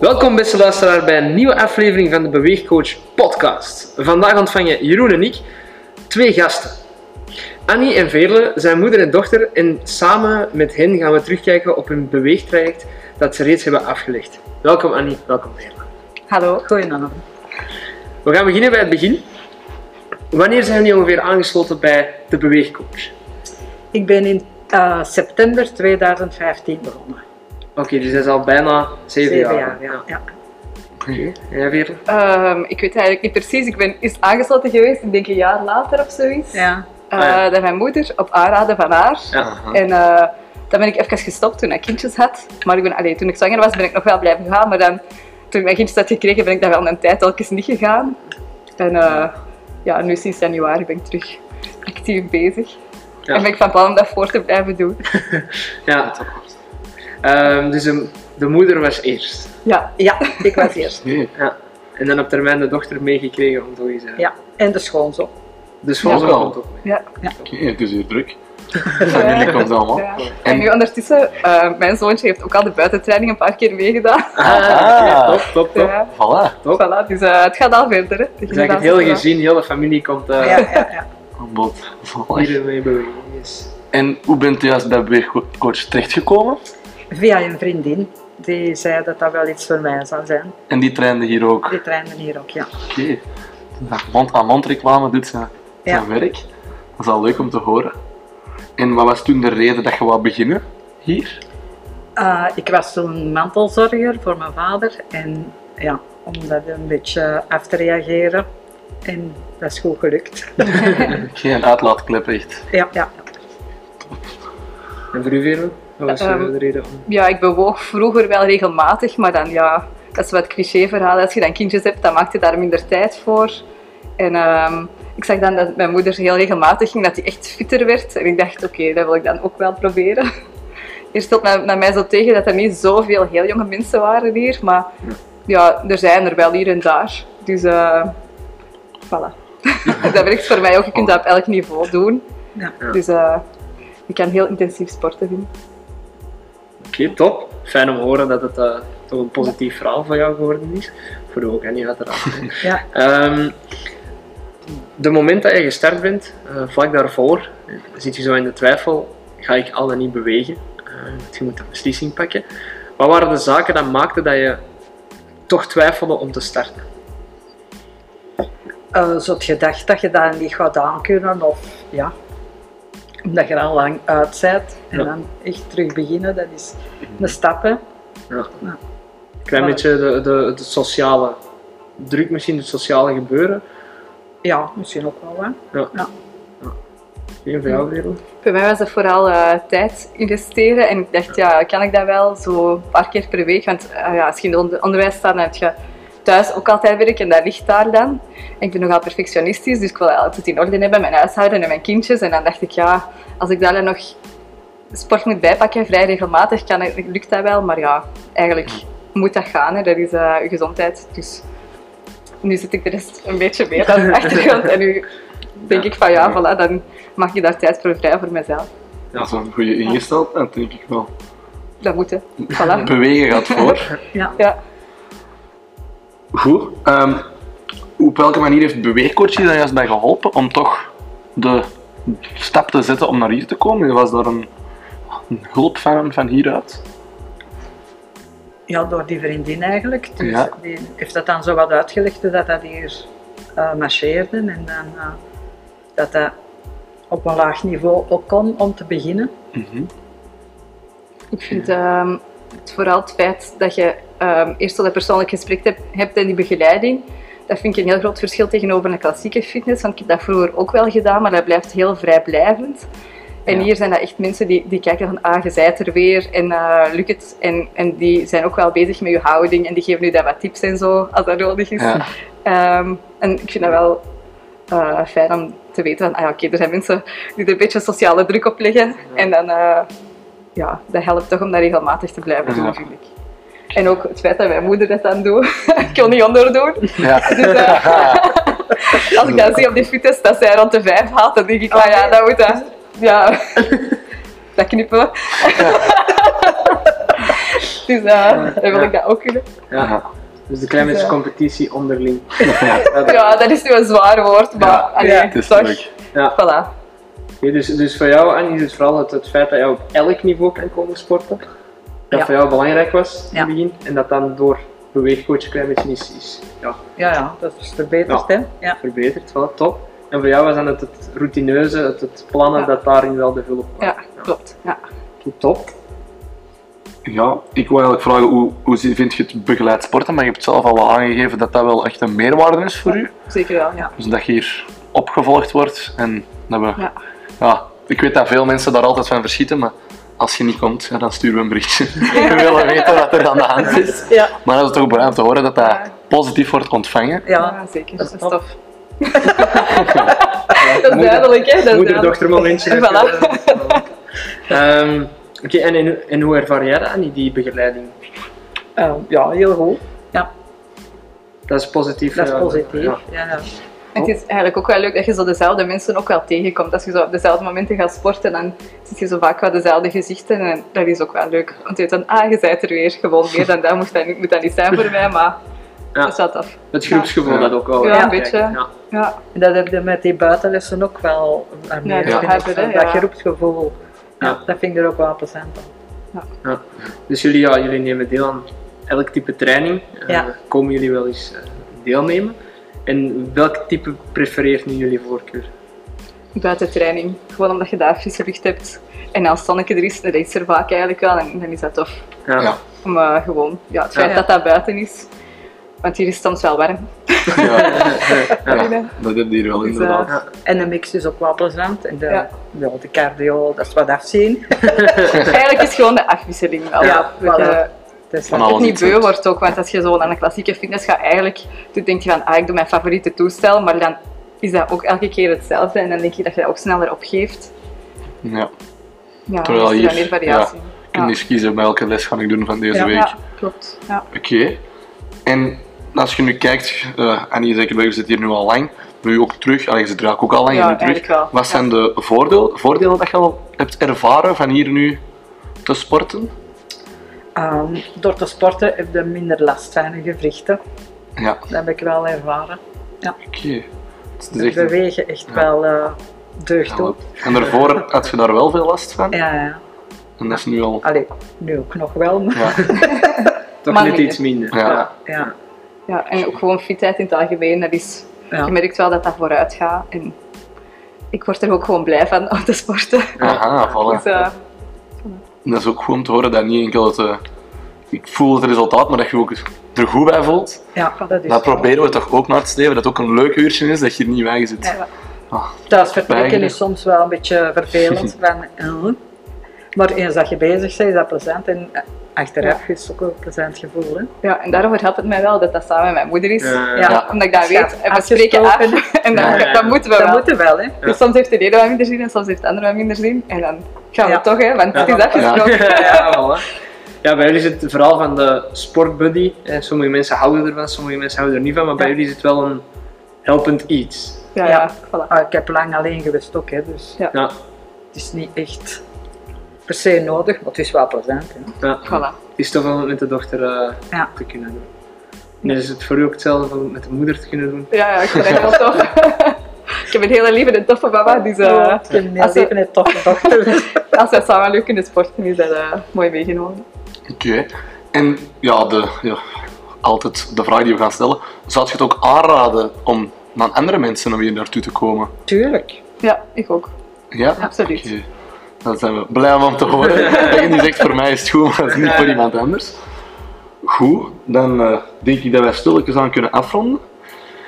Welkom beste luisteraar bij een nieuwe aflevering van de Beweegcoach podcast. Vandaag ontvangen Jeroen en ik twee gasten. Annie en Veerle zijn moeder en dochter en samen met hen gaan we terugkijken op hun beweegtraject dat ze reeds hebben afgelegd. Welkom Annie, welkom Veerle. Hallo, goedenavond. We gaan beginnen bij het begin. Wanneer zijn jullie ongeveer aangesloten bij de Beweegcoach? Ik ben in eh, september 2015 begonnen. Oké, dus dat is al bijna zeven, jaar. ja. ja. Oké, en jij Veerle? Ehm, ik weet eigenlijk niet precies. Ik ben is aangesloten geweest, ik denk een jaar later of zoiets. Ja. Eh, Ah, ja. Dat mijn moeder op aanraden van haar. Ja. En eh, dan ben ik even gestopt toen ik kindjes had. Maar ik ben, allee, toen ik zwanger was, ben ik nog wel blijven gaan. Maar dan, toen ik mijn kindjes had gekregen, ben ik daar wel een tijd telkens niet gegaan. En eh, ja, nu sinds januari ben ik terug actief bezig. Ja. En ben ik van plan om dat voor te blijven doen. ja. Ehm, dus de, de moeder was eerst. Ja, ja, ik was eerst. Ja. En dan op termijn de dochter meegekregen om eh, zoiets te Ja. En de schoonzoon. Dus Ja, volgens mij wel. komt het ook mee. ja. Oké, het is hier druk. Familie komt allemaal. Ja. En nu ondertussen, eh, mijn zoontje heeft ook al de buitentraining een paar keer meegedaan. Ah. oké, top, top, top. Ja. Voilà, Top. Voilà, dus eh, het gaat al verder. Hè. De Dus eigenlijk het generatie hele erna. gezin, heel de familie komt eh Ja, ja, ja. aan bod. Voilà. hier mee bewegen. Yes. En hoe bent u juist bij Beweegcoach terechtgekomen? Via een vriendin. Die zei dat dat wel iets voor mij zou zijn. En die trainde hier ook. Oké, Die trainen hier ook, ja. Ja, mond-aan-mond reclame doet zijn, Ja. zijn werk. Dat is al leuk om te horen. En wat was toen de reden dat je wou beginnen hier? Eh, ik was toen mantelzorger voor mijn vader. En ja, om dat een beetje af te reageren. En dat is goed gelukt. Geen uitlaatklep echt. Ja, ja. En voor u, Vero? Wat was eh, Ehm, de reden om? Ja, ik bewoog vroeger wel regelmatig, maar dan ja, dat is wat cliché verhaal. Als je dan kindjes hebt, dan maak je daar minder tijd voor. En ehm, ik zag dan dat mijn moeder heel regelmatig ging, dat hij echt fitter werd. En ik dacht, oké, dat wil ik dan ook wel proberen. Hier stelt men naar mij zo tegen dat er niet zoveel heel jonge mensen waren hier, maar ja, er zijn er wel hier en daar. Dus, eh voilà. dat werkt voor mij ook. Je kunt dat op elk niveau doen. Ja. Dus eh je kan heel intensief sporten doen. Oké, top. Fijn om te horen dat het eh, toch een positief verhaal van jou geworden is. Voor u ook, en niet uiteraard. hè. Ja. Ehm, de moment dat je gestart bent, eh, vlak daarvoor, eh, zit je zo in de twijfel, ga ik al dan niet bewegen? Eh, want je moet een beslissing pakken. Wat waren de zaken dat maakten dat je toch twijfelde om te starten? eh zo het gedacht dat je dat niet gaat aankunnen of ja, omdat je er al lang uit bent en Ja. dan echt terug beginnen, dat is een stap hè. Ja. Ja. Klein Maar- beetje de, de, de sociale druk, misschien het sociale gebeuren. Ja, misschien ook wel hè. Geen voor jou, Vero? Bij mij was dat vooral eh, tijd investeren. En ik dacht, ja, kan ik dat wel zo een paar keer per week? Want eh, ja, als je in het onder- onderwijs staat, dan heb je thuis ook altijd werk en dat ligt daar dan. En ik ben nogal perfectionistisch, dus ik wil altijd in orde hebben, mijn huishouden en mijn kindjes. En dan dacht ik, ja, als ik daar dan nog sport moet bijpakken, vrij regelmatig, kan, ik- lukt dat wel. Maar ja, eigenlijk moet dat gaan, hè. dat is eh, je gezondheid. Dus nu zit ik de rest een beetje meer aan de achtergrond. En nu denk ik van, ja, voilà, dan mag je daar tijd voor vrij voor mezelf. Dat is een goede ingesteldheid, denk ik wel. Dat moet, hè. Voilà. Bewegen gaat voor. Ja. Ja. Goed. Ehm, op welke manier heeft beweegcoach je dan juist bij geholpen om toch de stap te zetten om naar hier te komen? Was daar een, een hulp van hem van hieruit? ja, door die vriendin eigenlijk. Dus Ja. die heeft dat dan zo wat uitgelegd hoe dat dat hier eh, marcheerde en dan eh, dat dat op een laag niveau ook kon om te beginnen. Ik vind ehm, het vooral het feit dat je ehm, eerst al dat persoonlijk gesprek hebt, hebt en die begeleiding, dat vind ik een heel groot verschil tegenover een klassieke fitness. Want ik heb dat vroeger ook wel gedaan, maar dat blijft heel vrijblijvend. En Ja. hier zijn dat echt mensen die, die kijken van, ah, je zijt er weer en eh, lukt het. En, en die zijn ook wel bezig met je houding en die geven je daar wat tips en zo, als dat nodig is. Ja. Ehm, en ik vind dat wel eh, fijn om te weten van, ah ja, oké, er zijn mensen die er een beetje sociale druk op leggen. En dan, eh, ja, dat helpt toch om dat regelmatig te blijven doen, Ja. vind ik. En ook het feit dat mijn moeder dat dan doet, ik kon niet onderdoen. Ja. Dus eh, als ik dan zie op die fitness dat zij rond de vijf haalt, dan denk ik, ah ja, dat moet dat, ja, dat knippen. Dus eh dan wil ik dat ook kunnen. Ja. Dus de kleine Dus, eh, competitie onderling. Ja, dat is nu een zwaar woord, maar Ja, allee, ja. Het is toch. leuk. Ja. Voilà. Oké, dus, dus voor jou, Annie, is het vooral het, het feit dat jij op elk niveau kan komen sporten. Dat Ja. voor jou belangrijk was in Ja. het begin. En dat dan door beweegcoach een klein beetje is, is ja, Ja, ja, dat is verbeterd, hè? Ja. verbeterd. Voilà, top. En voor jou was dan het, het routineuze, het, het plannen, Ja. dat daarin wel de hulp kwam. Ja, klopt. Ja. Oké, Top. Ja, ik wil eigenlijk vragen, hoe, hoe zie- vind je het begeleid sporten? Maar je hebt zelf al wel aangegeven dat dat wel echt een meerwaarde is voor u. Zeker wel, ja. Dus dat je hier opgevolgd wordt en dat we... Ja. Ja. ik weet dat veel mensen daar altijd van verschieten, maar als je niet komt, ja, dan sturen we een berichtje. we willen weten wat er aan de hand is. Ja. Maar dat is toch belangrijk om te horen dat dat Ja. positief wordt ontvangen. Ja, zeker. Dat is Dat is tof. Ja, Dat is moeder- duidelijk, hè? Dat is duidelijk. Moeder-dochter momentje. Voilà. Ehm, Oké, en in, in hoe ervaar jij dat, Annie, die begeleiding? Eh, ja heel goed. Dat is positief. Dat is ja. positief. Ja. Ja, ja. En het is eigenlijk ook wel leuk dat je zo dezelfde mensen ook wel tegenkomt. Als je zo op dezelfde momenten gaat sporten, dan zit je zo vaak wel dezelfde gezichten. En dat is ook wel leuk. Want je weet dan, ah, je bent er weer. Gewoon meer dan dat moet dat niet, moet dat niet zijn voor mij, maar Ja. dat is wel tof. Het groepsgevoel Ja. dat ook wel. Ja, eh, een krijgt. beetje. Ja. Ja, En dat heb je met die buitenlessen ook wel eh, meer. dat Ik vind hebben, dat, hè, dat ja. groepsgevoel. Ja. Ja. Dat vind ik er ook wel plezant aan. Dus jullie, ja, jullie nemen deel aan elk type training. Eh, Ja. komen jullie wel eens eh, deelnemen? En welk type prefereert nu jullie voorkeur? buiten training. Gewoon omdat je daar frisse lucht hebt. En als Sanneke er is, dat is er vaak eigenlijk wel. En dan is dat tof. Ja. Ja. Om eh, gewoon, ja, het feit Ja. dat dat buiten is. Want hier is het soms wel warm. Ja, ja, binnen. dat heb je hier wel Dus, eh, inderdaad. Ja. En de mix is ook wel plezant. En de, Ja. ja. de cardio, dat is wat afzien. Eigenlijk is gewoon de afwisseling wel. eh, Ja, Dat je- voilà. Dat is Van wel- alles het niet iets beu hebt. wordt ook, want als je zo naar een klassieke fitness gaat, eigenlijk toen denk je van, ah, ik doe mijn favoriete toestel, maar dan is dat ook elke keer hetzelfde en dan denk je dat je dat ook sneller opgeeft. Ja. eh, Ja, Terwijl dan is er hier, dan meer variatie. Je kunt eens kiezen bij welke les ga ik doen van deze Ja. week. Ja, klopt. Ja. Oké. En als je nu kijkt, eh Annie, zeker bij je zit hier nu al lang, nu ook terug, allee, je zit er eigenlijk ook al lang Ja, en nu terug. eigenlijk wel, Wat ja. zijn de voordeel, voordelen dat je al hebt ervaren van hier nu te sporten? Ehm, door te sporten heb je minder last van je gewrichten. Ja, Dat heb ik wel ervaren. oké. Het is Dus echt een- bewegen echt Ja. wel eh deugd doet. En daarvoor had je daar wel veel last van? Ja, ja. En dat is nu al... Allee, nu ook nog wel. maar- Ja, Toch Maar net minder. iets minder. Ja. Ja, Ja, en ook gewoon fitheid in het algemeen, dat is, ja. je merkt wel dat dat vooruit gaat en ik word er ook gewoon blij van om te sporten. aha, voilà. Dus, eh, En dat is ook goed om te horen dat niet enkel het... eh, ik voel het resultaat, maar dat je ook er goed bij voelt. ja, dat is Dat proberen we toch ook naar te streven, dat het ook een leuk uurtje is, dat je er niet bij zit. Ja. Thuis vertrekken Eigenlijk. is soms wel een beetje vervelend. van, eh, maar eens dat je bezig bent, is dat plezant. En eh, achteraf is het ook een plezant gevoel. Hè? ja, en daarover helpt het mij wel dat dat samen met mijn moeder is. Ja. Ja. Omdat ik dat Schat, weet, en we spreken af afgesproken. en dan, Ja, ja, ja. dat moeten we Dat wel. moet er wel, hè? Ja. Dus soms heeft de ene wat minder zin en soms heeft de andere wat minder zin. En dan gaan we Ja. toch, hè, want het is Ja. afgesproken. ja, voilà. Ja, bij jullie zit het verhaal van de sportbuddy. Eh, Sommige mensen houden ervan, sommige mensen houden er niet van, maar bij Ja. jullie zit wel een helpend iets. Ja, Ja. ja, voilà. Ah, ik heb lang alleen geweest ook, hè, dus Ja. Ja, het is niet echt per se nodig, maar het is wel plezant. Hè? ja. Voilà. Het is tof om het met de dochter eh, Ja. te kunnen doen. En is het voor u ook hetzelfde om het met de moeder te kunnen doen? Ja, ja, ik vind dat heel tof. ik heb een hele lieve en toffe mama, dus eh, Ja, ik heb een heel als we- leven een toffe dochter. als wij samen leuk kunnen sporten, is dat eh, mooi meegenomen. Oké. En ja, de, ja, altijd de vraag die we gaan stellen. Zou je het ook aanraden om naar andere mensen om hier naartoe te komen? Tuurlijk. Ja, ik ook. Ja? Absoluut. Oké. Dan zijn we blij om te horen. Dat je niet zegt, voor mij is het goed, maar dat is niet voor iemand anders. Goed, dan eh, denk ik dat wij stilletjes aan kunnen afronden.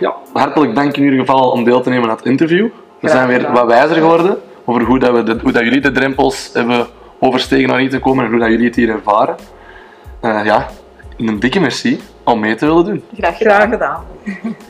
Ja. Hartelijk dank in ieder geval om deel te nemen aan het interview. We zijn weer gedaan. wat wijzer geworden over hoe, dat we de, hoe dat jullie de drempels hebben overstegen naar hier te komen en hoe dat jullie het hier ervaren. Eh, ja, een dikke merci om mee te willen doen. Graag gedaan. Graag gedaan.